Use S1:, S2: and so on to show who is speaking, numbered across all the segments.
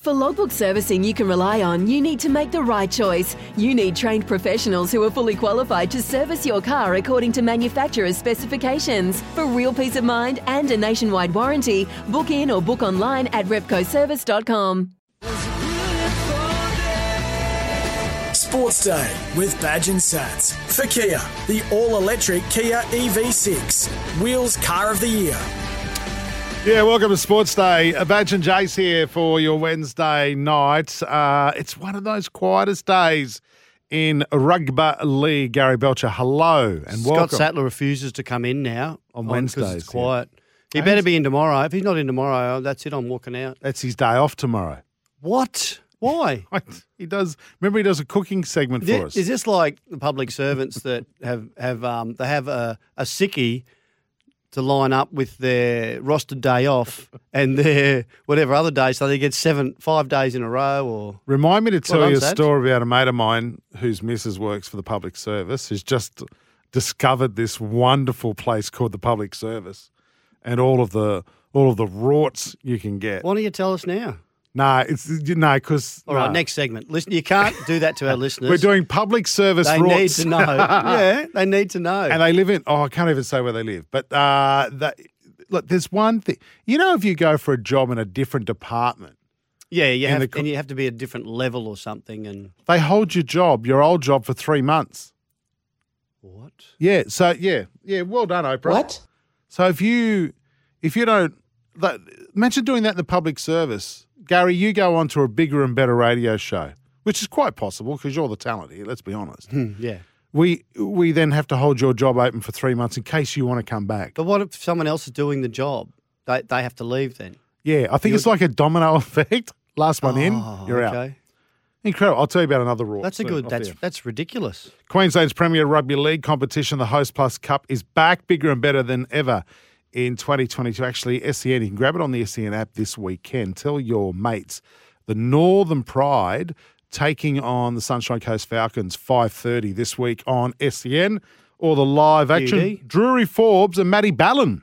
S1: For logbook servicing you can rely on, you need to make the right choice. You need trained professionals who are fully qualified to service your car according to manufacturer's specifications. For real peace of mind and a nationwide warranty, book in or book online at repcoservice.com.
S2: Sports Day with Badge and Sats. For Kia, the all electric Kia EV6, Wheels Car of the Year.
S3: Yeah, welcome to Sports Day. Uh, Badge and Jace here for your Wednesday night. Uh, it's one of those quietest days in rugby league. Gary Belcher, hello and
S4: Scott
S3: welcome.
S4: Sattler refuses to come in now on Wednesday.
S3: Wednesdays,
S4: It's
S3: yeah.
S4: quiet. He
S3: Thanks.
S4: better be in tomorrow. If he's not in tomorrow, that's it. I'm walking out.
S3: That's his day off tomorrow.
S4: What? Why?
S3: He does. Remember, he does a cooking segment
S4: Thi-
S3: for us.
S4: Is this like the public servants that have have um, they have a, a sickie to line up with their rostered day off and their whatever other day, so they get seven five days in a row? Or
S3: Remind me to tell
S4: Well
S3: you a
S4: done, Saj.
S3: story about a mate of mine whose missus works for the public service, who's just discovered this wonderful place called the public service, and all of the all of the rorts you can get.
S4: why don't you tell us now?
S3: Nah, it's you no, because
S4: All right, next segment. Listen, you can't do that to our listeners.
S3: We're doing public service
S4: They
S3: rorts.
S4: need to know. yeah, they need to know.
S3: and they live in. Oh, I can't even say where they live. But uh, that, look, there's one thing. You know, if you go for a job in a different department,
S4: Yeah, you
S3: in
S4: have,
S3: the co-
S4: and you have to be a different level or something. And
S3: they hold your job, your old job, for three months.
S4: what?
S3: Yeah. So yeah, yeah. Well done, Oprah. What? So if you if you don't that, imagine doing that in the public service, Gary, you go on to a bigger and better radio show, which is quite possible because you're the talent here. Let's be honest.
S4: Hmm, Yeah,
S3: we we then have to hold your job open for three months in case you want to come back.
S4: but what if someone else is doing the job? They they have to leave then.
S3: Yeah, I think it's like a domino effect. Last one in, you're out.
S4: Oh, okay.
S3: Incredible. I'll tell you about another rule.
S4: That's a good. That's that's ridiculous.
S3: Queensland's premier rugby league competition, the Host Plus Cup, is back bigger and better than ever in 2022. Actually, SEN, you can grab it on the SEN app this weekend. Tell your mates the Northern Pride taking on the Sunshine Coast Falcons 5:30 this week on SEN. All the live action.
S4: Beauty.
S3: Drury Forbes and Matty Ballon.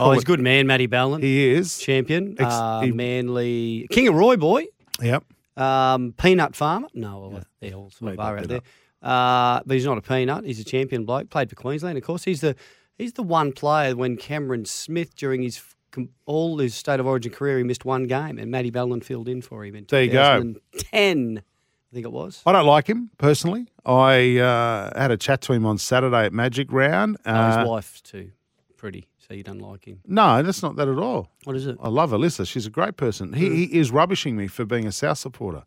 S4: Oh, he's a good man, Matty Ballon,
S3: He is.
S4: champion,
S3: Ex-
S4: uh,
S3: he-
S4: manly King of Roy boy,
S3: Yep.
S4: um, peanut farmer. No, well, they all sort of are out there. Uh, but he's not a peanut. He's a champion bloke. Played for Queensland, of course. He's the he's the one player when Cameron Smith during his f- com- all his state of origin career he missed one game, and Matty Ballon filled in for him in
S3: There you go.
S4: 2010. I think it was.
S3: I don't like him personally. I uh, had a chat to him on Saturday at Magic Round.
S4: Oh,
S3: Uh,
S4: his wife's too pretty, so you don't like him.
S3: no, that's not that at all.
S4: What is it?
S3: I love Alyssa. She's a great person.
S4: Mm.
S3: He, he is rubbishing me for being a South supporter.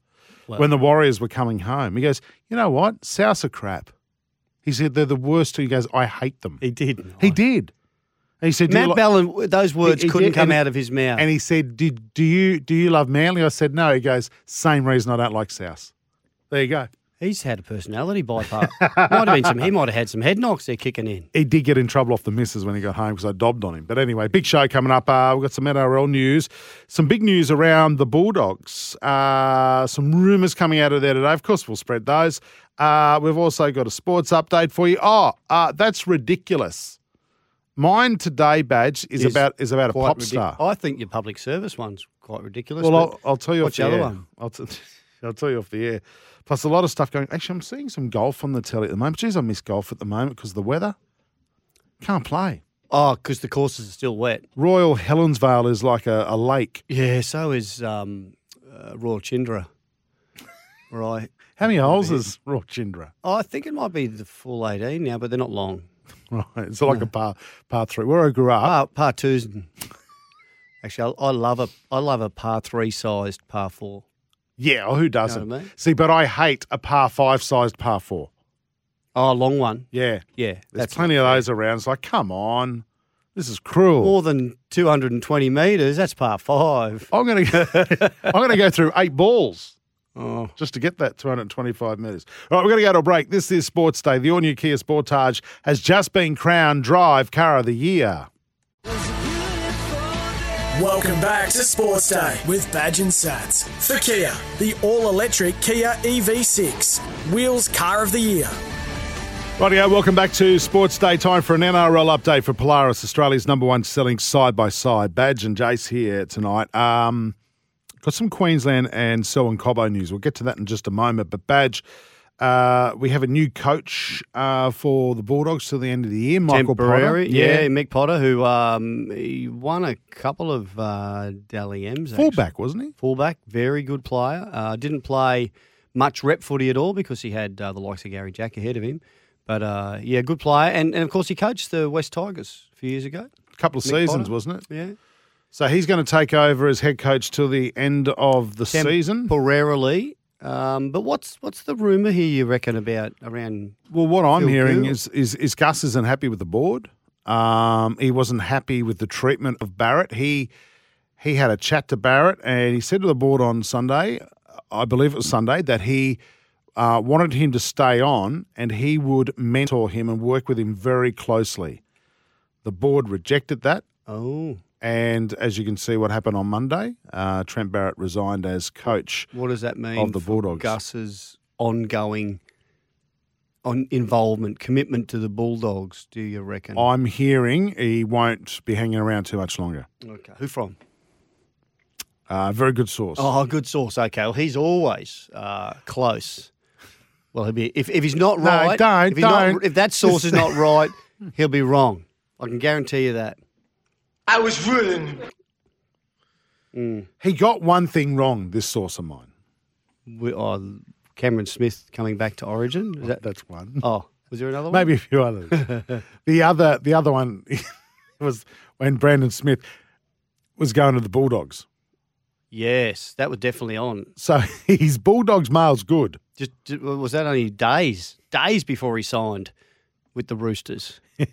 S3: when the Warriors were coming home, he goes, You know what? Souths are crap. He said, They're the worst. He goes, I hate them.
S4: He did.
S3: He did. And he said, "Do you
S4: Matt
S3: li-"
S4: Ballon, those words
S3: He- he
S4: couldn't
S3: did,
S4: come
S3: and-
S4: out of his mouth.
S3: And he said, Did, do, you, do you love Manly? I said, No. He goes, Same reason I don't like Souths. There you go.
S4: He's had a personality bypass. might have been some. He might have had some head knocks. They're kicking in.
S3: he did get in trouble off the missus when he got home because I dobbed on him. But anyway, big show coming up. Uh, we've got some NRL news, some big news around the Bulldogs, uh, some rumours coming out of there today. Of course, we'll spread those. Uh, we've also got a sports update for you. Oh, uh, that's ridiculous. Mine today badge is,
S4: Is
S3: about is about a
S4: Quite
S3: pop
S4: ridic- Oh,
S3: star.
S4: I think your public service one's quite ridiculous.
S3: Well,
S4: but
S3: I'll, I'll tell you
S4: what's
S3: off
S4: the
S3: the
S4: other
S3: air.
S4: one?
S3: I'll, t- I'll tell you off the air. Plus, a lot of stuff going. Actually, I'm seeing some golf on the telly at the moment. Geez, I miss golf at the moment because the weather. Can't play.
S4: oh, because the courses are still wet.
S3: Royal Helensvale is like a, a lake.
S4: Yeah. So is um, uh, Royal Chindra. Right. Oh,
S3: How many holes is Rochindra?
S4: I think it might be the full eighteen now, but they're not long.
S3: Right, it's
S4: Hmm.
S3: like a par par three. Where I grew up,
S4: Par, par twos. and- Actually, I, I love a I love a par three sized par four.
S3: yeah, oh, who doesn't?
S4: I mean?
S3: See, but I hate a par five sized par four.
S4: Oh, a long one.
S3: Yeah,
S4: Yeah.
S3: there's plenty of those around. It's like, come on, This is cruel.
S4: More than 220 metres, that's par five.
S3: I'm gonna go, I'm gonna go through eight balls
S4: Oh.
S3: just to get that 225 metres. All right, we're gonna go to a break. This is Sports Day. The all-new Kia Sportage has just been crowned Drive Car of the Year.
S2: Welcome back to Sports Day with Badge and Sats. For Kia, the all electric Kia EV6, Wheels Car of the Year.
S3: Rightio, welcome back to Sports Day. Time for an NRL update for Polaris, Australia's number one selling side by side. Badge and Jace here tonight. Um, got some Queensland and Selwyn Cobbo news. We'll get to that in just a moment. But Badge, uh, we have a new coach uh, for the Bulldogs till the end of the year, Michael Potter.
S4: Temporary, yeah, Mick Potter, who um, he won a couple of uh, Dally M's. actually.
S3: fullback, wasn't he?
S4: fullback, very good player. Uh, didn't play much rep footy at all because he had uh, the likes of Gary Jack ahead of him. But uh, yeah, good player, and, and of course he coached the West Tigers a few years ago.
S3: A couple of
S4: Mick
S3: seasons,
S4: Potter.
S3: wasn't it?
S4: Yeah,
S3: So he's going to take over as head coach till the end of the season.
S4: temporarily. Um, but what's what's the rumor here? You reckon about around?
S3: Well, what I'm
S4: Phil
S3: hearing
S4: Gould.
S3: is, is is Gus isn't happy with the board. Um, he wasn't happy with the treatment of Barrett. He he had a chat to Barrett, and he said to the board on Sunday, I believe it was Sunday, that he uh, wanted him to stay on, and he would mentor him and work with him very closely. The board rejected that,
S4: Oh,
S3: and as you can see, what happened on Monday, uh, Trent Barrett resigned as coach.
S4: what does that mean
S3: Of the
S4: for
S3: Bulldogs.
S4: Gus's ongoing on involvement, commitment to the Bulldogs. Do you reckon?
S3: I'm hearing he won't be hanging around too much longer.
S4: okay. Who from?
S3: Uh, very good source.
S4: Oh, good source. Okay, well, he's always uh, close. Well, he'll be if, if he's not
S3: No,
S4: right.
S3: don't,
S4: if, he's not-
S3: don't.
S4: if that source is not right, he'll be wrong. I can guarantee you that.
S5: I was ruined.
S3: He got one thing wrong, this source of mine.
S4: We, oh, Cameron Smith coming back to Origin. Is that,
S3: That's one.
S4: oh, was there another one?
S3: Maybe a few others. the other the other one was when Brandon Smith was going to the Bulldogs.
S4: Yes, that was definitely on.
S3: So his Bulldogs mail's good.
S4: Just ju- was that only days, days before he signed with the Roosters.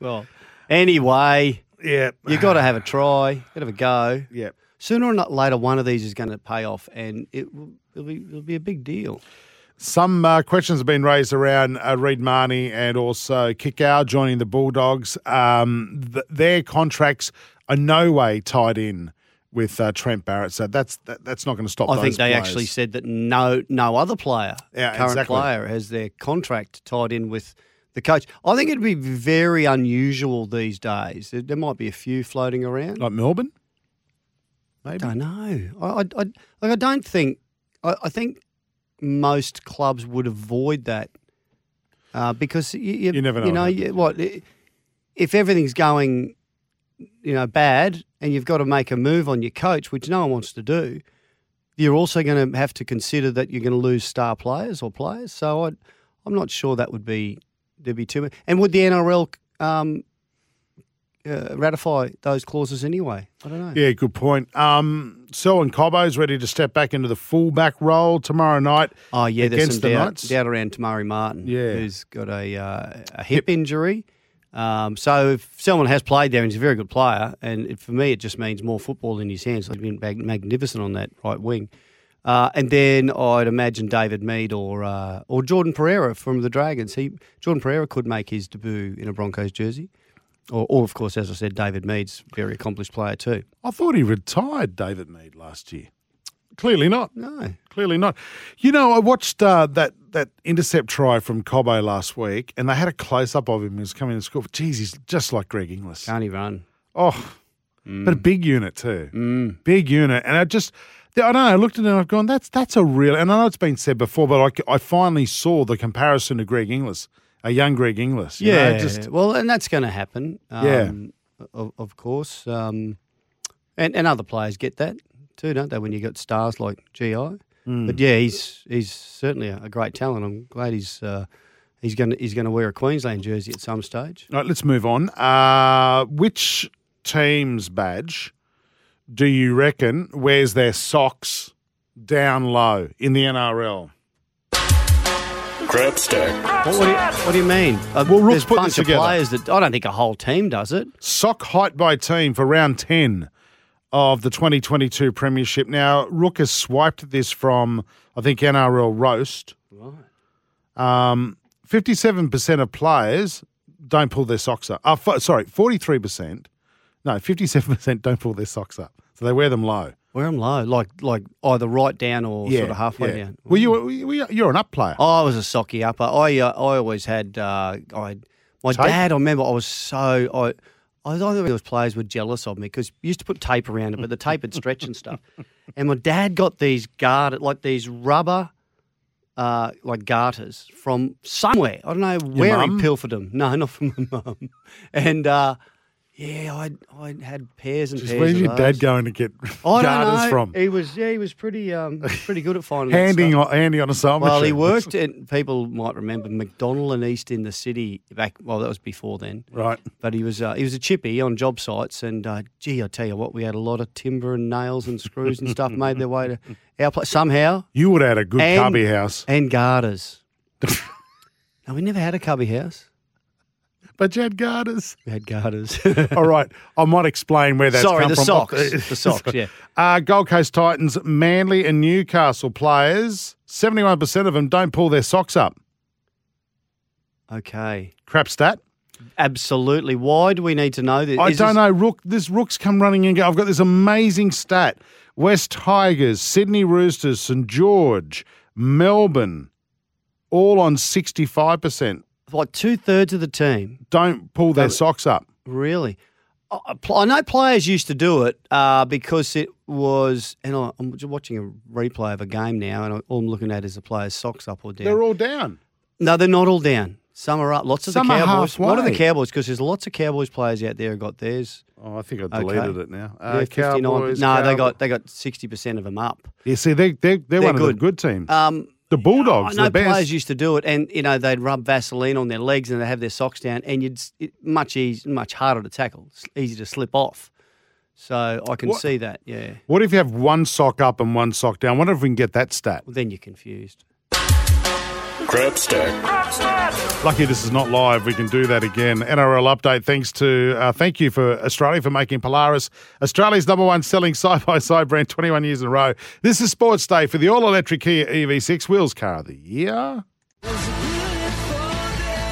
S4: well, anyway,
S3: Yeah.
S4: you got to have a try, you got to have a go.
S3: Yeah.
S4: sooner or not later, one of these is going to pay off, and it will it'll be, it'll be a big deal.
S3: Some uh, questions have been raised around uh, Reed Marnie and also Kickow joining the Bulldogs. Um, th- their contracts are no way tied in with uh, Trent Barrett, so that's that, that's not going to stop.
S4: I think
S3: those
S4: they
S3: players.
S4: actually said that no no other player,
S3: Yeah,
S4: current
S3: exactly.
S4: player, has their contract tied in with the coach. I think it'd be very unusual these days. There, there might be a few floating around.
S3: like Melbourne.
S4: I don't know. I, I, I, like, I don't think. I, I think most clubs would avoid that uh, because you, you,
S3: You never know
S4: You
S3: what
S4: know you, what i- if everything's going, you know, bad, and you've got to make a move on your coach, which no one wants to do. You're also going to have to consider that you're going to lose star players or players. So I, I'm not sure that would be there'd be too much. And would the NRL um, uh, ratify those clauses anyway? I don't know.
S3: Yeah, good point. Um, Selwyn Cobbo's ready to step back into the fullback role tomorrow night.
S4: Oh yeah, there's
S3: against
S4: some
S3: the
S4: doubt,
S3: Knights.
S4: doubt around Tamari Martin,
S3: Yeah.
S4: who's got a uh, a hip injury. Um, so if someone has played there and he's a very good player, and it, for me it just means more football in his hands. Like he's been mag- magnificent on that right wing, uh, and then I'd imagine David Mead or uh, or Jordan Pereira from the Dragons. He Jordan Pereira could make his debut in a Broncos jersey, or, or of course, as I said, David Mead's a very accomplished player too.
S3: I thought he retired David Mead last year. Clearly not.
S4: No,
S3: Clearly not. You know, I watched uh, that that intercept try from Cobbo last week, and they had a close up of him. He was coming to school. Jeez, he's just like Greg Inglis.
S4: can't he run?
S3: Oh, but a big unit too. Big unit, and I just. I don't know. I looked at it and I've gone, that's that's a real. And I know it's been said before, but I c- I, finally saw the comparison to Greg Inglis, a young Greg Inglis. you know,
S4: Yeah,
S3: just
S4: well, and that's going to happen.
S3: Yeah.
S4: Um, of, of course. Um, and and other players get that too, don't they? When you got stars like Gi,
S3: Hmm.
S4: but yeah, he's he's certainly a, a great talent. I'm glad he's uh, he's going to he's going to wear a Queensland jersey at some stage.
S3: All right, let's move on. Uh, which team's badge do you reckon wears their socks down low in the NRL?
S6: crap stack.
S4: What, what, do, you, what do you mean? Uh,
S3: Well, Rook's
S4: there's
S3: put
S4: bunch
S3: this
S4: of
S3: together.
S4: players that I don't think a whole team does it.
S3: Sock height by team for round 10 of the 2022 Premiership. Now, Rook has swiped this from, I think, NRL Roast. Right. Um, 57% of players don't pull their socks up. Uh, f- sorry, 43%. No, 57% don't pull their socks up. So they wear them low.
S4: Wear them low, like like either right down or sort of halfway
S3: yeah.
S4: down.
S3: Well, you, were you, you're an up player.
S4: I was a socky upper. I uh, I always had uh, I my
S3: Tape?
S4: dad. I remember I was so I. I thought those players were jealous of me because used to put tape around it, but the tape would stretch and stuff. And my dad got these guard, like these rubber, uh, like garters from somewhere. I don't know where
S3: mum?
S4: he pilfered them. No, not from my mum. And uh, yeah, I I had pairs and pairs.
S3: Where's
S4: of
S3: your
S4: those.
S3: dad going to get
S4: I don't
S3: garters
S4: know.
S3: from?
S4: He was yeah, he was pretty um pretty good at finding that
S3: Handing
S4: stuff.
S3: on, handy on a sewing
S4: Well, he
S3: machine.
S4: worked at people might remember McDonald and East in the city back. Well, that was before then,
S3: Right.
S4: but he was uh, he was a chippy on job sites, and uh, gee, I tell you what, we had a lot of timber and nails and screws and stuff made their way to our place somehow,
S3: You would have had a good
S4: And-
S3: cubby house.
S4: and garters. no, we never had a cubby house.
S3: But you had garters.
S4: We had garters.
S3: All right. I might explain where that's
S4: Sorry,
S3: come
S4: the
S3: from.
S4: socks. The socks, yeah.
S3: Uh, Gold Coast Titans, Manly and Newcastle players, 71% of them don't pull their socks up.
S4: okay,
S3: Crap stat.
S4: absolutely. Why do we need to know this?
S3: I
S4: Is
S3: don't
S4: this-
S3: know. Rook, this Rook's come running and go. I've got this amazing stat. West Tigers, Sydney Roosters, St George, Melbourne, all on 65%.
S4: What two thirds of the team
S3: Don't pull their socks up.
S4: Really? I- I pl- I know players used to do it uh, because it was, and I- I'm j- watching a replay of a game now, and I- all I'm looking at is the players' socks up or down.
S3: They're all down.
S4: no, they're not all down. Some are up. Lots of
S3: Some
S4: the
S3: are
S4: Cowboys. What are the
S3: halfway.
S4: Cowboys? Because there's lots of Cowboys players out there who got theirs.
S3: Oh, I think I
S4: Okay.
S3: deleted it now.
S4: Yeah,
S3: Uh,
S4: 59.
S3: Cowboys,
S4: no, they
S3: Cowboy-
S4: got they got sixty percent of them up.
S3: You see, they, they, they're,
S4: They're
S3: one of the
S4: good.
S3: good teams.
S4: Um,
S3: the
S4: I
S3: Bulldogs,
S4: know
S3: the best.
S4: players used to do it, and you know they'd rub Vaseline on their legs and they would have their socks down, and you'd s- it, much easy, much harder to tackle, It's easy to slip off. So I can
S3: What-
S4: see that. Yeah.
S3: what if you have one sock up and one sock down? wonder if we can get that stat.
S4: Well, then you're confused.
S6: Crap stack.
S3: Lucky this is not live. We can do that again. NRL update. Thanks to uh, thank you for Australia for making Polaris Australia's number one selling side by side brand 21 years in a row. This is Sports Day for the all electric Kia E EV6 wheels car of the year.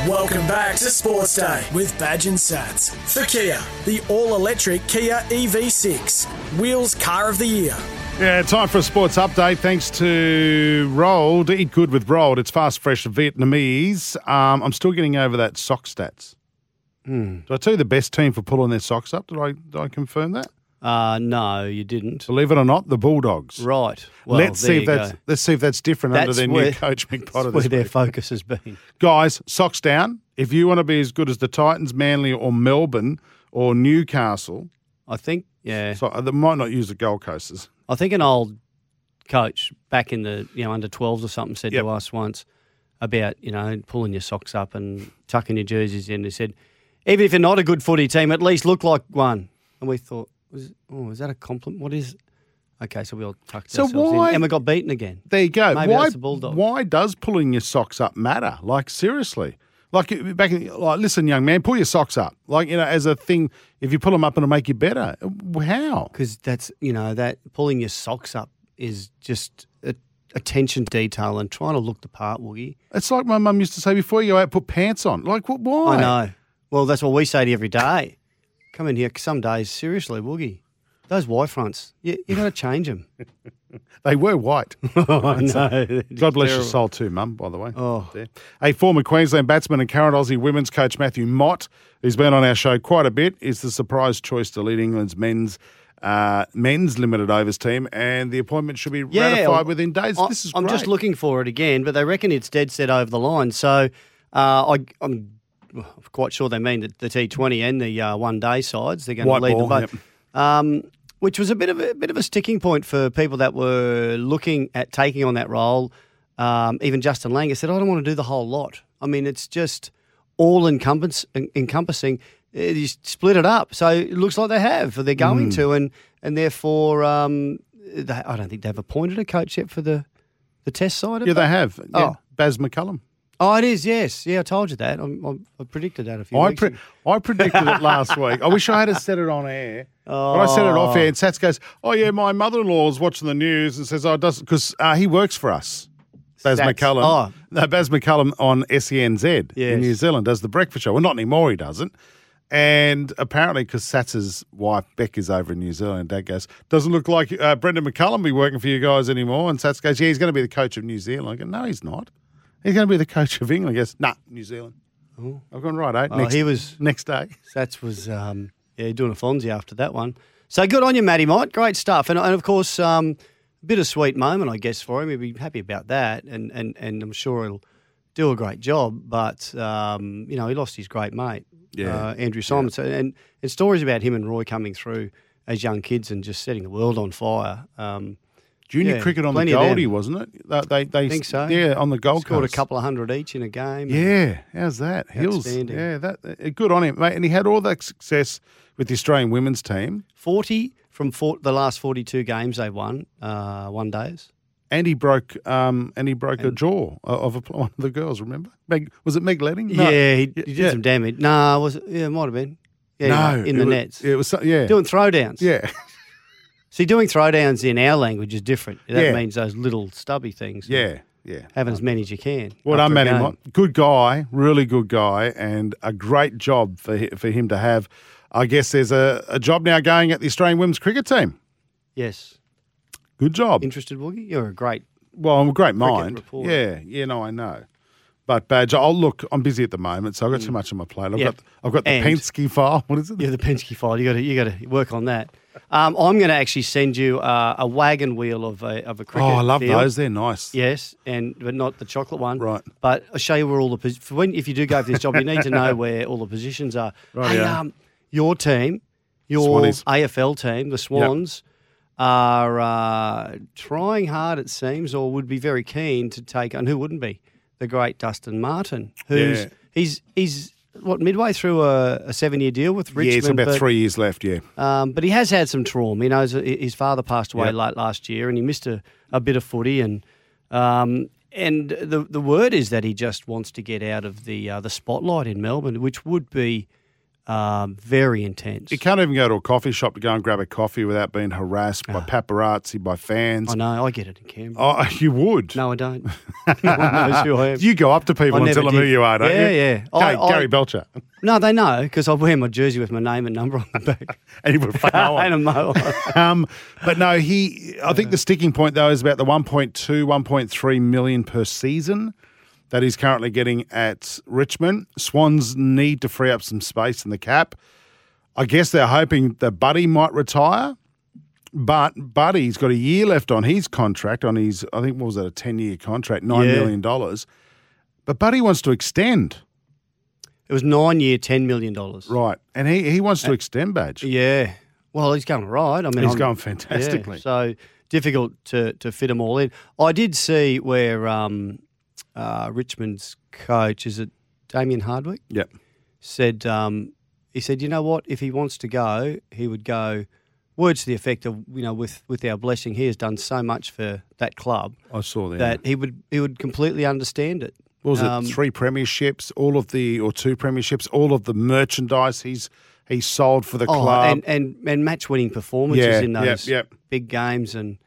S2: Welcome back to Sports Day with Badge and Sats. For Kia, the all electric Kia EV6, Wheels Car of the Year.
S3: Yeah, time for a sports update. Thanks to Rolled. Eat good with Rolled. It's fast, fresh Vietnamese. Um, I'm still getting over that sock stats.
S4: Hmm.
S3: Did I tell you the best team for pulling their socks up? Did I, did I confirm that?
S4: Uh, no, you didn't.
S3: Believe it or not, the Bulldogs.
S4: Right. Well,
S3: let's
S4: there
S3: see
S4: you
S3: if that's
S4: go.
S3: let's see if that's different under
S4: That's
S3: their
S4: where-
S3: new coach McPotter
S4: That's
S3: this
S4: where their
S3: week.
S4: focus has been.
S3: Guys, socks down. If you want to be as good as the Titans, Manly, or Melbourne or Newcastle,
S4: I think. Yeah.
S3: so uh, they might not use the Gold Coasters.
S4: I think an old coach back in the you know under 12s or something said
S3: Yep.
S4: to us once about you know pulling your socks up and tucking your jerseys in. He said, even if you're not a good footy team, at least look like one. And we thought, was, oh, is that a compliment? What is? Okay, so we all tucked
S3: So
S4: ourselves
S3: why-
S4: in, and we got beaten again.
S3: There you go.
S4: Maybe
S3: why,
S4: that's the Bulldogs.
S3: why does pulling your socks up matter? Like seriously. Like it- back in, like listen, young man, pull your socks up. Like you know, as a thing, if you pull them up, it'll make you better. How?
S4: because that's you know that pulling your socks up is just a, attention to detail and trying to look the part, Woogie.
S3: It's like my mum used to say: before you go out, put pants on. Like what? Why?
S4: I know. Well, that's what we say to you every day. Come in here some days, seriously, Woogie. Those Y fronts, you, you got to change them.
S3: They were white.
S4: Oh, I know.
S3: God bless your soul too, Mum, by the way.
S4: Oh.
S3: There. A former Queensland batsman and current Aussie women's coach Matthew Mott, who's been on our show quite a bit, is the surprise choice to lead England's men's uh, men's limited overs team, and the appointment should be ratified within days.
S4: I,
S3: this is
S4: I'm just
S3: great.
S4: looking for it again, but they reckon it's dead set over the line. So uh, I, I'm quite sure they mean that the T20 and the uh, one day sides. They're going
S3: White
S4: to lead
S3: ball,
S4: them both. Um, which was a bit of a bit of a sticking point for people that were looking at taking on that role. Um, even Justin Langer said, "I don't want to do the whole lot. I mean, it's just all encompass, en- encompassing. Uh, You split it up, so it looks like they have, or they're going
S3: Hmm.
S4: to, and and therefore, um, they, I don't think they've appointed a coach yet for the the test side of
S3: Yeah,
S4: that.
S3: they have. Yeah,
S4: Oh.
S3: Baz McCullum.
S4: Oh, it is. Yes, yeah. I told you that. I'm, I'm, I predicted that a few.
S3: I,
S4: weeks
S3: pre-
S4: ago.
S3: I predicted it last week. I wish I had have said it on air. But I said it off air, and Sats goes, "Oh yeah, my mother-in-law's watching the news and says, oh, it doesn't because uh, he works for us." Baz
S4: Sats.
S3: McCullum,
S4: Oh.
S3: no, Baz McCullum on SENZ
S4: Yes.
S3: in New Zealand does the breakfast show. Well, not anymore. He doesn't. And apparently, because Sats's wife Beck is over in New Zealand, Dad goes, "Doesn't look like uh, Brendan McCullum be working for you guys anymore." And Sats goes, "Yeah, he's going to be the coach of New Zealand." I go, "No, he's not. He's going to be the coach of England." He goes, "Nah, New Zealand." I've gone right, eh?
S4: Oh, he was-
S3: next day.
S4: That was um, yeah, doing a Fonzie after that one. So good on you, Matty Mott. Great stuff, and, and of course, um, bittersweet moment, I guess, for him. He'll be happy about that, and and, and I'm sure he'll do a great job. But um, you know, he lost his great mate,
S3: Yeah.
S4: uh, Andrew Simon, so, and and stories about him and Roy coming through as young kids and just setting the world on fire. Um,
S3: Junior
S4: Yeah,
S3: cricket on the
S4: plenty of them.
S3: Goldie, wasn't it? They, they, they
S4: Think so.
S3: Yeah, on the Gold
S4: scored
S3: Coast.
S4: a couple of hundred each in a game. and-
S3: Yeah, how's that? Hills.
S4: Outstanding.
S3: Yeah, that uh, good on him, mate. And he had all that success with the Australian women's team,
S4: 40 from four, the last 42 games they won, uh, one days.
S3: and he broke um and he broke a jaw o- of a, pl- one of the girls. Remember, Meg, was it Meg Letting?
S4: Yeah, he, he did
S3: yeah.
S4: some damage. Nah, was it? Yeah, it might have been. Yeah,
S3: no,
S4: in
S3: it
S4: the
S3: was-
S4: nets.
S3: It was so- yeah,
S4: Doing throwdowns.
S3: yeah,
S4: See, doing throwdowns in our language is different. That
S3: Yeah.
S4: means those little stubby things.
S3: yeah, yeah.
S4: Having as many as you can.
S3: Well
S4: after
S3: done,
S4: a
S3: Matty
S4: game.
S3: Mott. Good guy, really good guy, and a great job for hi- for him to have. I guess there's a, a job now going at the Australian women's cricket team.
S4: Yes.
S3: Good job.
S4: Interested, Woogie? You're a great.
S3: Well, I'm a great mind.
S4: reporter.
S3: Yeah, yeah, no, I know. But badge, I'll look. I'm busy at the moment, so I've got too much on my plate. I've
S4: Mm. Yeah.
S3: got, I've got the
S4: And-
S3: Penske file. What is it? Oh,
S4: You're the Penske file. You got to you got to work on that. Um, I'm going to actually send you uh, a wagon wheel of a of a
S3: oh,
S4: cricket.
S3: I love
S4: field.
S3: those. They're nice.
S4: Yes, and but not the chocolate one.
S3: Right.
S4: But I'll show you where all the pos- for when if you do go for this job, you need to know where all the positions are. Right. Hey,
S3: yeah.
S4: um, your team, your
S3: Swannies.
S4: AFL team, the Swans, are uh, trying hard. It seems, or would be very keen to take. And who wouldn't be? The great Dustin Martin, who's
S3: Yeah.
S4: he's he's what midway through a, a seven-year deal with
S3: yeah,
S4: Richmond.
S3: it's about
S4: but-
S3: three years left. Yeah,
S4: um, but he has had some trauma. You know, his, his father passed away
S3: Yep.
S4: late last year, and he missed a, a bit of footy. And um, and the the word is that he just wants to get out of the uh, the spotlight in Melbourne, which would be um, very intense.
S3: you can't even go to a coffee shop to go and grab a coffee without being harassed by paparazzi, by fans.
S4: Ah. I know. I get it in Canberra.
S3: Oh, you would.
S4: No, I don't. no one knows who I am.
S3: You go up to people
S4: I
S3: and
S4: never
S3: tell them who
S4: did.
S3: you are, don't
S4: Yeah,
S3: you?
S4: yeah.
S3: Gary,
S4: I- I-
S3: Gary Belcher,
S4: No, they know because I wear my jersey with my name and number on the back
S3: and you would fuck no one.
S4: and a mo. on.
S3: Um, but no, he. I think the sticking point though is about the 1.2, 1.3 million per season that he's currently getting at Richmond. Swans need to free up some space in the cap. I guess they're hoping that Buddy might retire, but Buddy's got a year left on his contract. On his, I think what was it, a ten-year contract, nine
S4: Yeah.
S3: million dollars. But Buddy wants to extend,
S4: It was nine year, ten million dollars.
S3: right? And he he wants to extend badge.
S4: Uh, Yeah. Well, he's going right. I mean,
S3: He's
S4: I'm-
S3: going
S4: Yeah,
S3: fantastically.
S4: so difficult to, to fit them all in. I did see where um, uh, Richmond's coach is it Damien Hardwick
S3: Yep.
S4: said um, he said you know what if he wants to go he would go words to the effect of you know with with our blessing he has done so much for that club
S3: I saw that.
S4: that he would he would completely understand it.
S3: What was
S4: Um,
S3: it? Three premierships, all of the or two premierships, all of the merchandise he's he sold for the
S4: Oh,
S3: club.
S4: and and, and match winning performances
S3: Yeah,
S4: in
S3: yep,
S4: those
S3: yep.
S4: big games, and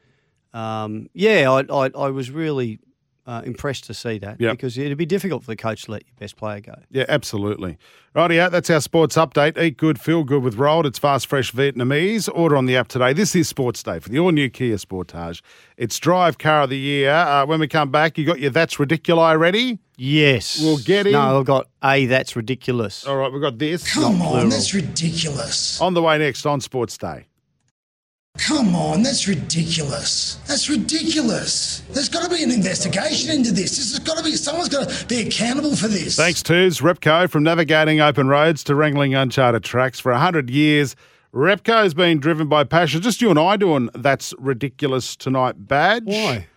S4: um, yeah, I, I I was really uh, impressed to see that
S3: Yep.
S4: because it'd be difficult for the coach to let your best player go.
S3: yeah, absolutely. Rightio, that's our sports update. Eat good, feel good with rolled. It's fast, fresh Vietnamese. Order on the app today. This is Sports Day for the all-new Kia Sportage. It's Drive Car of the Year. Uh, when we come back, you got your That's Ridiculi ready?
S4: Yes,
S3: We'll get him.
S4: No, I've got a. That's ridiculous.
S3: All right, we've got this.
S5: Come
S3: Not
S5: on,
S3: plural.
S5: that's ridiculous.
S3: On the way next on Sports Day.
S5: Come on, that's ridiculous. That's ridiculous. There's got to be an investigation into this. This has got to be, someone's got to be accountable for this.
S3: Thanks twos, Repco, from navigating open roads to wrangling uncharted tracks for 100 years. Repco's been driven by passion. Just you and I doing That's Ridiculous Tonight badge.
S4: Why?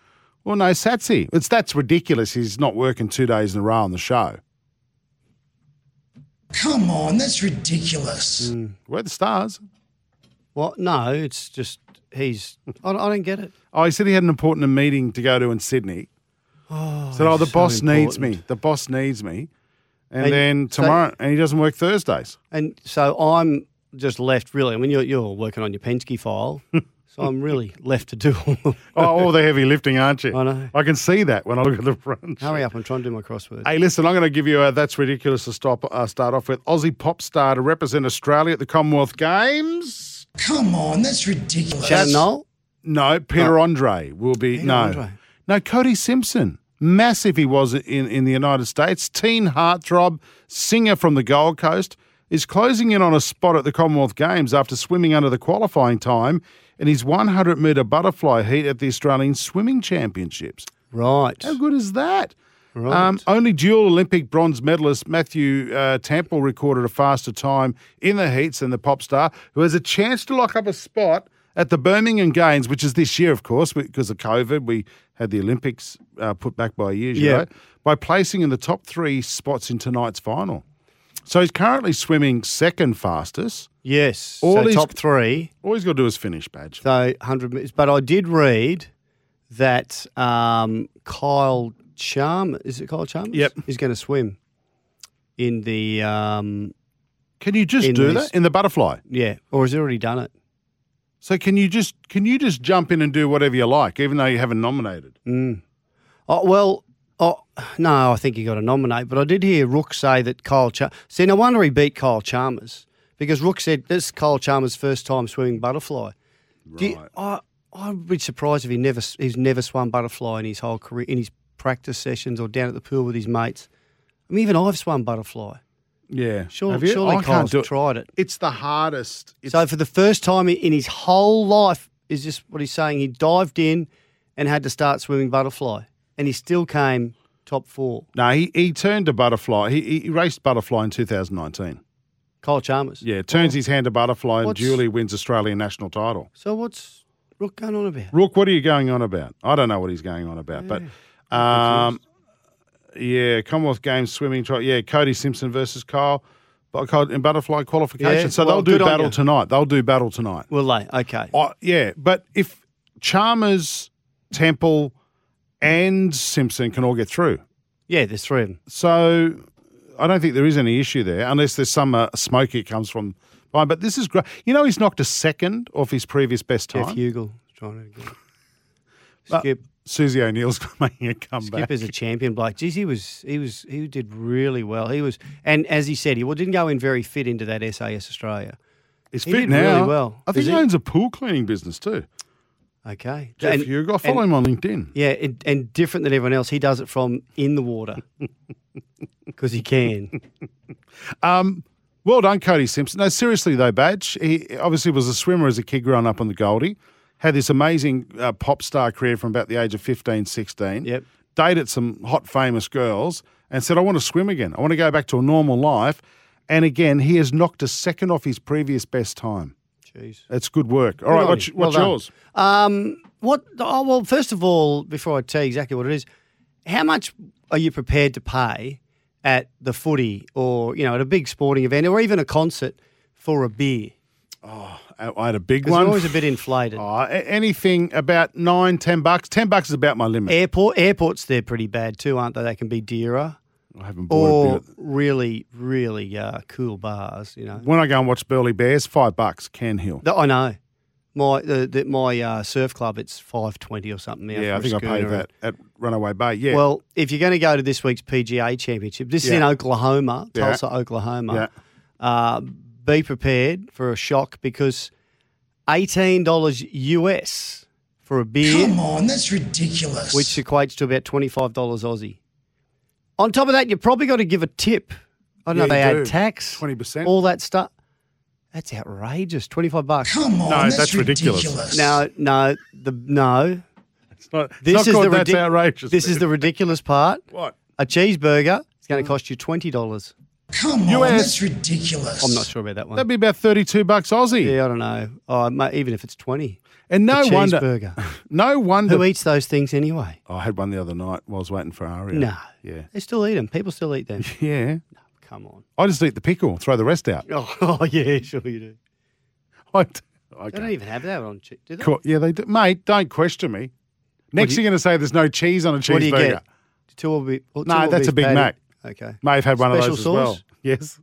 S3: Well, no, Satsy. It's That's Ridiculous. He's not working two days in a row on the show.
S5: Come on, that's ridiculous.
S3: Hmm. We're the stars.
S4: What? No, it's just he's. I, I don't get it.
S3: Oh, he said he had an important meeting to go to in Sydney. Said, oh, the
S4: so
S3: boss needs me.
S4: important.
S3: The boss needs me. And,
S4: And
S3: then
S4: so-
S3: tomorrow, and he doesn't work Thursdays.
S4: And so I'm just left really. I mean, you're, you're working on your Penske file, so I'm really left to do. all the
S3: Oh, all the heavy lifting, aren't you?
S4: I know.
S3: I can see that when I look at the front.
S4: Hurry up! I'm trying to do my crossword.
S3: Hey, listen, I'm going to give you a that's ridiculous to stop uh, start off with. Aussie pop star to represent Australia at the Commonwealth Games.
S5: Come on, that's ridiculous.
S4: Shannon Knoll.
S3: No, Peter Andre will be no.
S4: Andre.
S3: No, Cody Simpson. Massive he was in, in the United States. Teen heartthrob, singer from the Gold Coast, is closing in on a spot at the Commonwealth Games after swimming under the qualifying time in his 100 metre butterfly heat at the Australian Swimming Championships.
S4: Right.
S3: How good is that? Um,
S4: Right.
S3: only dual Olympic bronze medalist Matthew uh, Tampel recorded a faster time in the heats than the pop star, who has a chance to lock up a spot at the Birmingham Games, which is this year, of course, because of COVID. We had the Olympics uh, put back by a year, you
S4: Yeah.
S3: know, by placing in the top three spots in tonight's final. So he's currently swimming second fastest.
S4: Yes.
S3: All
S4: so
S3: these-
S4: top three.
S3: All he's got to do is finish, badge.
S4: So hundred meters. But I did read that um, Kyle Charm is it Kyle Chalmers?
S3: Yep.
S4: Is going to swim in the um,
S3: Can you just
S4: In
S3: do
S4: this-
S3: that in the butterfly?
S4: yeah, or has he already done it?
S3: So can you just can you just jump in and do whatever you like, even though you haven't nominated?
S4: Oh well, oh no, I think he got a nominate. But I did hear Rook say that Kyle. Char- See, no wonder he beat Kyle Chalmers because Rook said this is Kyle Chalmers' first time swimming butterfly. Do you- I I'd be surprised if he never s- he's never swum butterfly in his whole career in his practice sessions or down at the pool with his mates. I mean, even I've swum butterfly.
S3: Yeah.
S4: Sure,
S3: Have you?
S4: surely
S3: I
S4: Kyle's
S3: can't do it.
S4: tried it.
S3: It's the hardest. It's,
S4: So for the first time in his whole life, is this what he's saying? He dived in and had to start swimming butterfly, and he still came top four.
S3: no, he, he turned to butterfly. He, he- he raced butterfly in 2019.
S4: Kyle Chalmers.
S3: Yeah, turns his hand to butterfly and
S4: Oh. What's-
S3: duly wins Australian national title.
S4: So what's Rook going on about?
S3: Rook, what are you going on about? I don't know what he's going on about, but um, yeah, Commonwealth Games swimming trial. Yeah, Cody Simpson versus Kyle, but Kyle in butterfly qualification.
S4: Yeah,
S3: so
S4: well,
S3: they'll do
S4: good on
S3: battle
S4: you.
S3: tonight. They'll do battle tonight.
S4: Will they? Okay.
S3: I yeah, but if Chalmers, Temple, and Simpson can all get through,
S4: Yeah, there's three of them.
S3: So I don't think there is any issue there, unless there's some uh, smoke that comes from behind. But this is great. You know, he's knocked a second off his previous best time.
S4: Jeff Hugel trying to get.
S3: But
S4: Skip.
S3: Susie O'Neill's making a comeback.
S4: Skip is a champion, Blake. Geez, he was he was he did really well. He was, and as he said, he well, didn't go in very fit into that SAS Australia.
S3: He's
S4: he
S3: fit
S4: did
S3: now.
S4: really well.
S3: I think
S4: Is
S3: he
S4: he?
S3: owns a pool cleaning business too.
S4: Okay,
S3: Jeff
S4: And-
S3: Hugo. I
S4: and-
S3: follow him on LinkedIn.
S4: Yeah, and, and different than everyone else, he does it from in the water because he can.
S3: Well done, Cody Simpson. No, seriously though, Badge. He obviously was a swimmer as a kid growing up on the Goldie. Had this amazing uh, pop star career from about the age of 15, 16.
S4: Yep.
S3: Dated some hot, famous girls and said, I want to swim again. I want to go back to a normal life. And again, he has knocked a second off his previous best time.
S4: Jeez.
S3: That's good work. All right,
S4: on
S3: what's,
S4: you. Well
S3: what's
S4: done.
S3: yours?
S4: Um, what? Oh, well, first of all, before I tell you exactly what it is, how much are you prepared to pay at the footy or you know at a big sporting event or even a concert for a beer?
S3: Uh, I, I had a big
S4: 'Cause
S3: one.
S4: it's always a bit inflated.
S3: Oh, a- anything about nine, ten bucks. Ten bucks is about my limit.
S4: Airport airports they're pretty bad too, aren't they? They can be dearer
S3: I haven't bought
S4: Eh,
S3: a
S4: or
S3: beer.
S4: really really uh, cool bars. You know,
S3: When I go and watch Burley Bears, five bucks, Can Hill.
S4: Th- I know. My the, the, my uh, surf club, it's five twenty or something. Now
S3: Yeah, I
S4: for a
S3: think I paid
S4: schooner.
S3: that at Runaway Bay. Yeah.
S4: Well, if you're going to go to this week's PGA Championship, this is in
S3: Yeah.
S4: Oklahoma,
S3: Yeah.
S4: Tulsa, Oklahoma.
S3: yeah.
S4: Uh, be prepared for a shock because eighteen dollars US for a beer,
S5: Come on, that's ridiculous.
S4: which equates to about twenty five dollars Aussie. On top of that, you probably got to give a tip. I don't
S3: Yeah,
S4: know they
S3: you
S4: add
S3: do.
S4: tax,
S3: 20%.
S4: all that stuff. That's outrageous. Twenty five bucks.
S5: Come on,
S3: No,
S5: that's,
S3: that's ridiculous.
S5: ridiculous.
S4: No, no, the no.
S3: It's not,
S4: This is the
S3: that's
S4: ridic-
S3: outrageous.
S4: This is the ridiculous part.
S3: what?
S4: A cheeseburger is
S3: Mm.
S4: going to cost you twenty dollars.
S5: Come
S4: Oh,
S5: on,
S3: US.
S5: that's ridiculous.
S4: I'm not sure about that one.
S3: That'd be about thirty-two bucks Aussie.
S4: yeah, I don't know. Oh, ma- even if it's twenty,
S3: And no
S4: a
S3: wonder.
S4: cheeseburger.
S3: No wonder. Oh,
S4: Who eats those things anyway?
S3: I had one the other night while I was waiting for Aria.
S4: No.
S3: Yeah.
S4: They still eat them. People still eat them.
S3: Yeah.
S4: Come on.
S3: I just eat the pickle, throw the rest out.
S4: Oh, yeah, sure you do.
S3: I d-
S4: They
S3: okay.
S4: don't even have that on. Che- do they?
S3: Cool. Yeah, they do. Mate, don't question me. Next,
S4: do
S3: you, are going to say there's no cheese on a cheeseburger.
S4: What do you get? two will be. Well, two
S3: No,
S4: will
S3: that's
S4: be
S3: a Big
S4: patty.
S3: Mac.
S4: Okay.
S3: May have had one of
S4: Special
S3: those
S4: sauce?
S3: as well. Yes.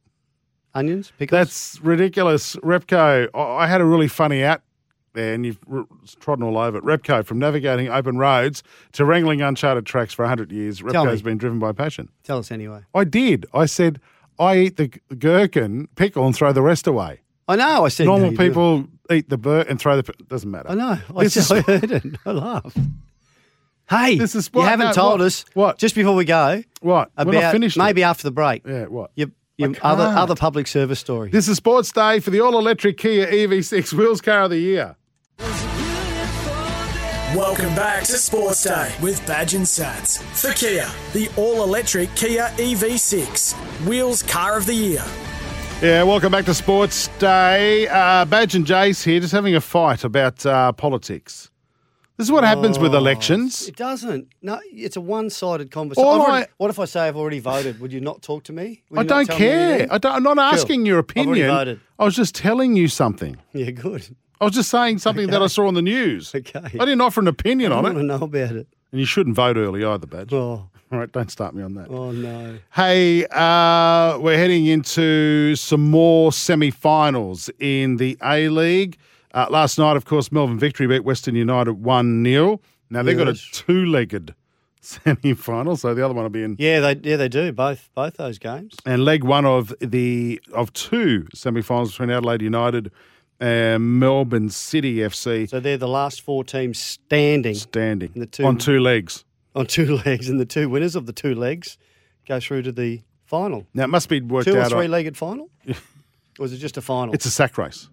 S4: Onions, pickles.
S3: That's ridiculous. Repco, I I had a really funny out there, and you've r- trodden all over it. Repco, from navigating open roads to wrangling uncharted tracks for 100 years,
S4: Tell
S3: Repco's
S4: me.
S3: been driven by passion.
S4: Tell us anyway.
S3: I did. I said, I eat the g- gherkin, pickle, and throw the rest away.
S4: I know. I said
S3: Normal
S4: you do.
S3: people eat the bird and throw the. It doesn't matter.
S4: I know. I,
S3: This is-
S4: just, I heard it. I laugh. Hey,
S3: This is
S4: you
S3: what-
S4: haven't
S3: no,
S4: told
S3: what-
S4: us
S3: what?
S4: Just before we go,
S3: What? We're
S4: about
S3: not finished
S4: maybe
S3: yet.
S4: after the break.
S3: Yeah, what?
S4: Your, your other other public service story.
S3: This is Sports Day for the all electric Kia EV6 Wheels Car of the Year.
S2: Welcome back to Sports Day with Badge and Sats. For Kia, the all electric Kia EV6, Wheels Car of the Year.
S3: Yeah, welcome back to Sports Day. Uh, Badge and Jace here, just having a fight about uh, politics. This is what happens
S4: Oh,
S3: with elections.
S4: It doesn't. No, it's a one-sided conversation.
S3: All
S4: I've already-
S3: I-
S4: what if I say I've already voted? Would you not talk to me? Would
S3: I
S4: you not
S3: don't
S4: tell me
S3: care.
S4: anything?
S3: I don't, I'm not asking your
S4: I've already
S3: opinion.
S4: voted.
S3: I was just telling you something.
S4: Yeah, good.
S3: I was just saying something that I saw on the news.
S4: Okay.
S3: I didn't offer an opinion
S4: I
S3: on
S4: want to
S3: it.
S4: know about it.
S3: And you shouldn't vote early either, Badge.
S4: Oh,
S3: All right, don't start me on that.
S4: oh no.
S3: Hey, uh, we're heading into some more semi finals in the A League. Uh, last night, of course, Melbourne Victory beat Western United 1 0. Now, they've got a
S4: Yes.
S3: two legged semi final, so the other one will be in.
S4: Yeah, they yeah they do both both those games.
S3: And leg one of the of two semi finals between Adelaide United and Melbourne City FC
S4: So they're the last four teams standing
S3: standing
S4: The two-
S3: on two legs.
S4: on two legs, and the two winners of the two legs go through to the final.
S3: Now, it must be worked
S4: Two or
S3: out. on-
S4: three-legged final, or is it just a final?
S3: it's a sack race.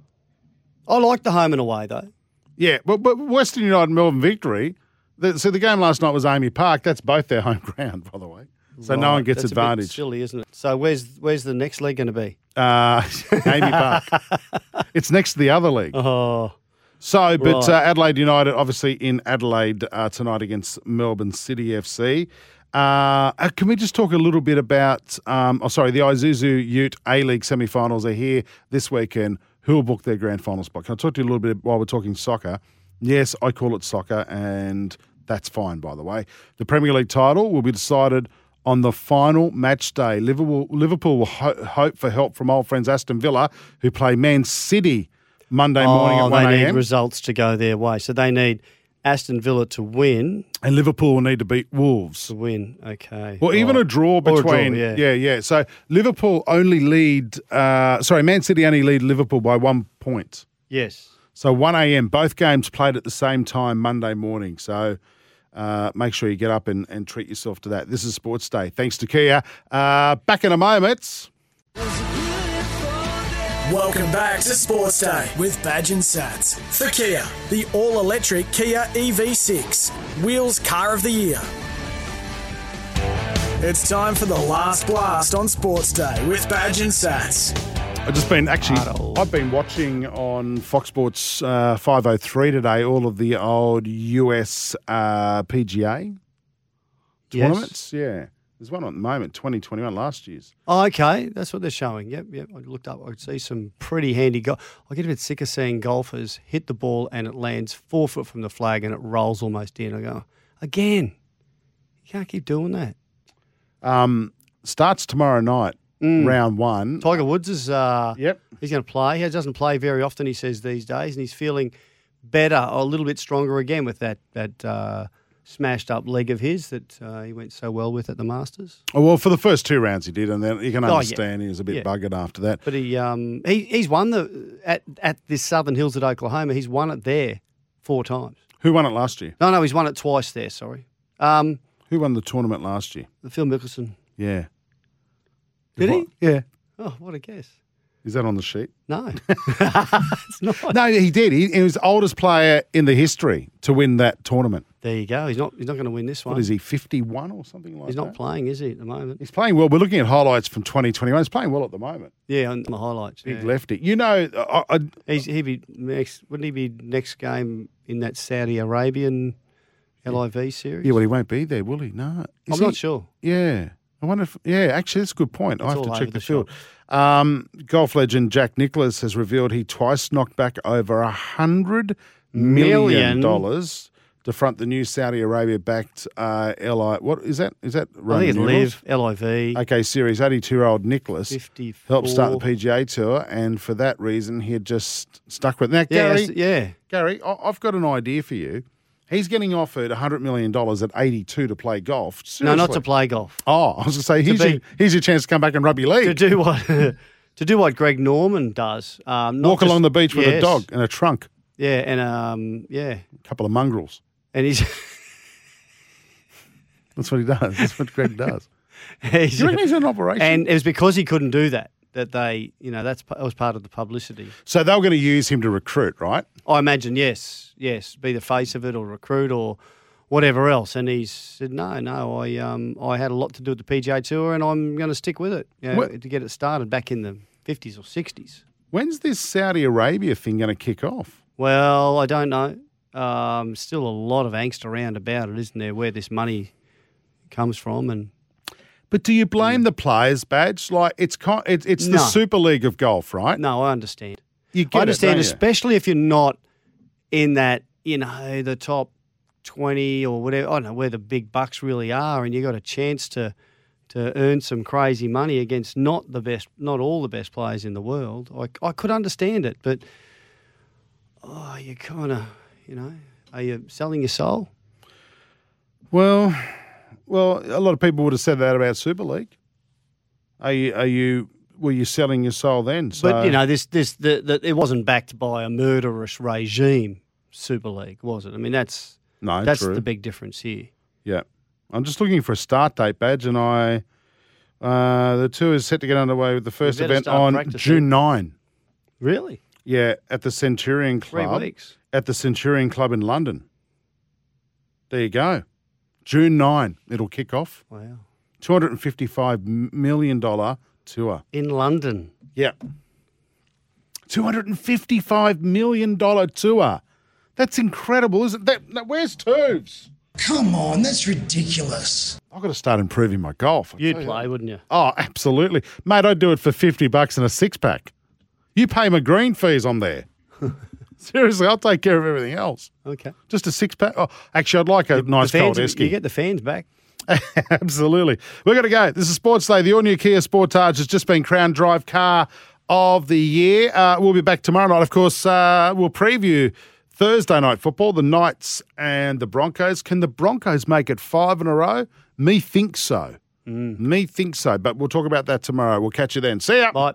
S4: I like the home and away though.
S3: Yeah, but, but Western United and Melbourne victory. The, so the game last night was Amy Park. That's both their home ground, by the way. So no one gets
S4: That's a bit
S3: advantage.
S4: silly, isn't it? So where's where's the next leg going to be?
S3: Uh, Amy Park. It's next to the other league.
S4: Oh,
S3: So, but
S4: Right.
S3: uh, Adelaide United, obviously in Adelaide uh, tonight against Melbourne City FC. Uh, uh, can we just talk a little bit about? Um, oh, sorry, the Izuzu Ute A League semi-finals are here this weekend. Who will book their grand final spot? Can I talk to you a little bit while we're talking soccer? Yes, I call it soccer, and that's fine. By the way, the Premier League title will be decided on the final match day. Liverpool, Liverpool will ho- hope for help from old friends Aston Villa, who play Man City Monday morning
S4: oh
S3: at one
S4: they need
S3: a.m.
S4: results to go their way. So they need Aston Villa to win.
S3: And Liverpool will need to beat Wolves.
S4: To win, okay.
S3: Well, even
S4: Right.
S3: a draw
S4: Or a
S3: between.
S4: yeah.
S3: yeah, So Liverpool only lead, uh, sorry, Man City only lead Liverpool by one point.
S4: Yes.
S3: So 1 a.m., both games played at the same time Monday morning. So uh, make sure you get up and, and treat yourself to that. This is Sports Day. Thanks to Kia. Uh, back in a moment.
S2: Welcome back to Sports Day with Badge and Sats. For Kia, the all electric Kia EV6, Wheels Car of the Year. It's time for the last blast on Sports Day with Badge and Sats.
S3: I've just been actually. I've been watching on Fox Sports uh, 503 today all of the old US uh, PGA
S4: Yes.
S3: tournaments. Yeah, there's one at the moment, 2021, last year's.
S4: Oh, okay, that's what they're showing. Yep, yep. I looked up. I could see some pretty handy. Go- I get a bit sick of seeing golfers hit the ball and it lands four foot from the flag and it rolls almost in. I go again. You can't keep doing that.
S3: Um, starts tomorrow night,
S4: Mm.
S3: round one.
S4: Tiger Woods is. Uh,
S3: Yep.
S4: He's going to play. He doesn't play very often. He says these days, and he's feeling better, a little bit stronger again with that that uh, smashed up leg of his that uh, he went so well with at the Masters.
S3: Oh, well, for the first two rounds he did, and then you can
S4: Oh, yeah.
S3: understand he was a bit
S4: Yeah.
S3: buggered after that.
S4: But he um he, he's won the at at this Southern Hills at Oklahoma. He's won it there four times.
S3: Who won it last year?
S4: No, no, he's won it twice there. Sorry, um,
S3: Who won the tournament last year?
S4: Phil Mickelson.
S3: Yeah.
S4: Did he?
S3: What- Yeah.
S4: Oh, what a guess!
S3: Is that on the sheet?
S4: No, it's not.
S3: No, he did. He, he was the oldest player in the history to win that tournament.
S4: There you go. He's not. He's not going to win this one.
S3: What is he, 51 or something like
S4: He's
S3: that?
S4: not playing, is he, at the moment?
S3: He's playing well. We're looking at highlights from 2021. He's playing well at the moment.
S4: Yeah, on the highlights.
S3: Big
S4: yeah.
S3: lefty. You know, I, I,
S4: He's, he'd be next. Wouldn't he be next game in that Saudi Arabian LIV series?
S3: yeah, well, he won't be there, will he? No.
S4: I'm
S3: Is
S4: not
S3: he?
S4: sure.
S3: Yeah. I wonder if, yeah, actually, that's a good point. I
S4: It's
S3: have to
S4: all
S3: check
S4: over
S3: the
S4: the
S3: field. Um, golf legend Jack Nicholas has revealed he twice knocked back over a $100 million
S4: Million.
S3: dollars to front the new Saudi Arabia backed uh, LI. What is that? Is that
S4: I
S3: Roman
S4: think it's
S3: numerals?
S4: Live, LIV.
S3: Okay, series 82 year old Nicholas
S4: 54.
S3: helped start the PGA Tour, and for that reason, he had just stuck with it. Now,
S4: Yeah,
S3: Gary,
S4: that's- yeah.
S3: Gary, I- I've got an idea for you. He's getting offered $100 million at 82 to play golf.
S4: No, not
S3: Seriously.
S4: to play golf.
S3: Oh, I was going to say, here's,
S4: be-
S3: your, here's your chance to come back and rugby
S4: To
S3: league.
S4: do what? to do what Greg Norman does. Um, not
S3: Walk
S4: just-
S3: along the beach with a
S4: Yes.
S3: dog and a trunk,
S4: Yeah, and um, yeah,
S3: a couple of mongrels.
S4: and he's
S3: That's what he does. That's what Greg does.
S4: he's,
S3: Do you reckon he's in operation?
S4: and it was because he couldn't do that that they, you know, that's that was part of the publicity.
S3: so they were going to use him to recruit, right?
S4: I imagine, yes, yes, be the face of it or recruit or whatever else. And he said, no, no, I um, I had a lot to do with the PGA Tour, and I'm going to stick with it you know,
S3: What-
S4: to get it started back in the fifties or sixties.
S3: When's this Saudi Arabia thing going to kick off?
S4: Well, I don't know. Um, still a lot of angst around about it, isn't there? Where this money comes from, and
S3: But do you blame the players, badge? Like it's con- it, it's the
S4: Mm. No.
S3: Super League of golf, right?
S4: no, I understand.
S3: You get
S4: I understand,
S3: it, don't you?
S4: especially if you're not in that, you know, the top 20 or whatever. I don't know where the big bucks really are, and you got a chance to to earn some crazy money against not the best, not all the best players in the world. I, I could understand it, but oh, you kind of, you know, are you selling your soul?
S3: Well, well, a lot of people would have said that about Super League. Are you? Are you? Were you selling your soul then? So,
S4: but you know, this this the, the it wasn't backed by a murderous regime. Super League was it? I mean, that's
S3: no,
S4: that's
S3: true.
S4: the big difference here.
S3: Yeah. I'm just looking for a start date badge, and I uh, the tour is set to get underway with the first
S4: better
S3: event
S4: start
S3: on
S4: practicing.
S3: June 9.
S4: Really,
S3: Yeah, at the Centurion
S4: three
S3: Club.
S4: weeks.
S3: At the Centurion Club in London. There you go. June 9, it'll kick off.
S4: Wow.
S3: $255 million tour.
S4: In London.
S3: Yeah. $255 million tour. That's incredible, isn't that? that- Where's Tubes?
S5: Come on, that's ridiculous.
S3: I've got to start improving my golf. I
S4: You'd
S3: tell you.
S4: play, wouldn't you?
S3: Oh, absolutely. Mate, I'd do it for 50 bucks and a six pack. You pay my green fees on there. Seriously, I'll take care of everything else.
S4: Okay.
S3: Just a six pack. Oh, actually, I'd like a nice
S4: fans,
S3: cold esky.
S4: you get the fans back.
S3: Absolutely. We're going to go. This is Sports Day. The all new Kia Sportage has just been crowned Drive Car of the Year. Uh, we'll be back tomorrow night. Of course, uh, we'll preview Thursday night football, the Knights and the Broncos. Can the Broncos make it five in a row? Me think so. Me think so. But we'll talk about that tomorrow. We'll catch you then. See ya.
S4: Like,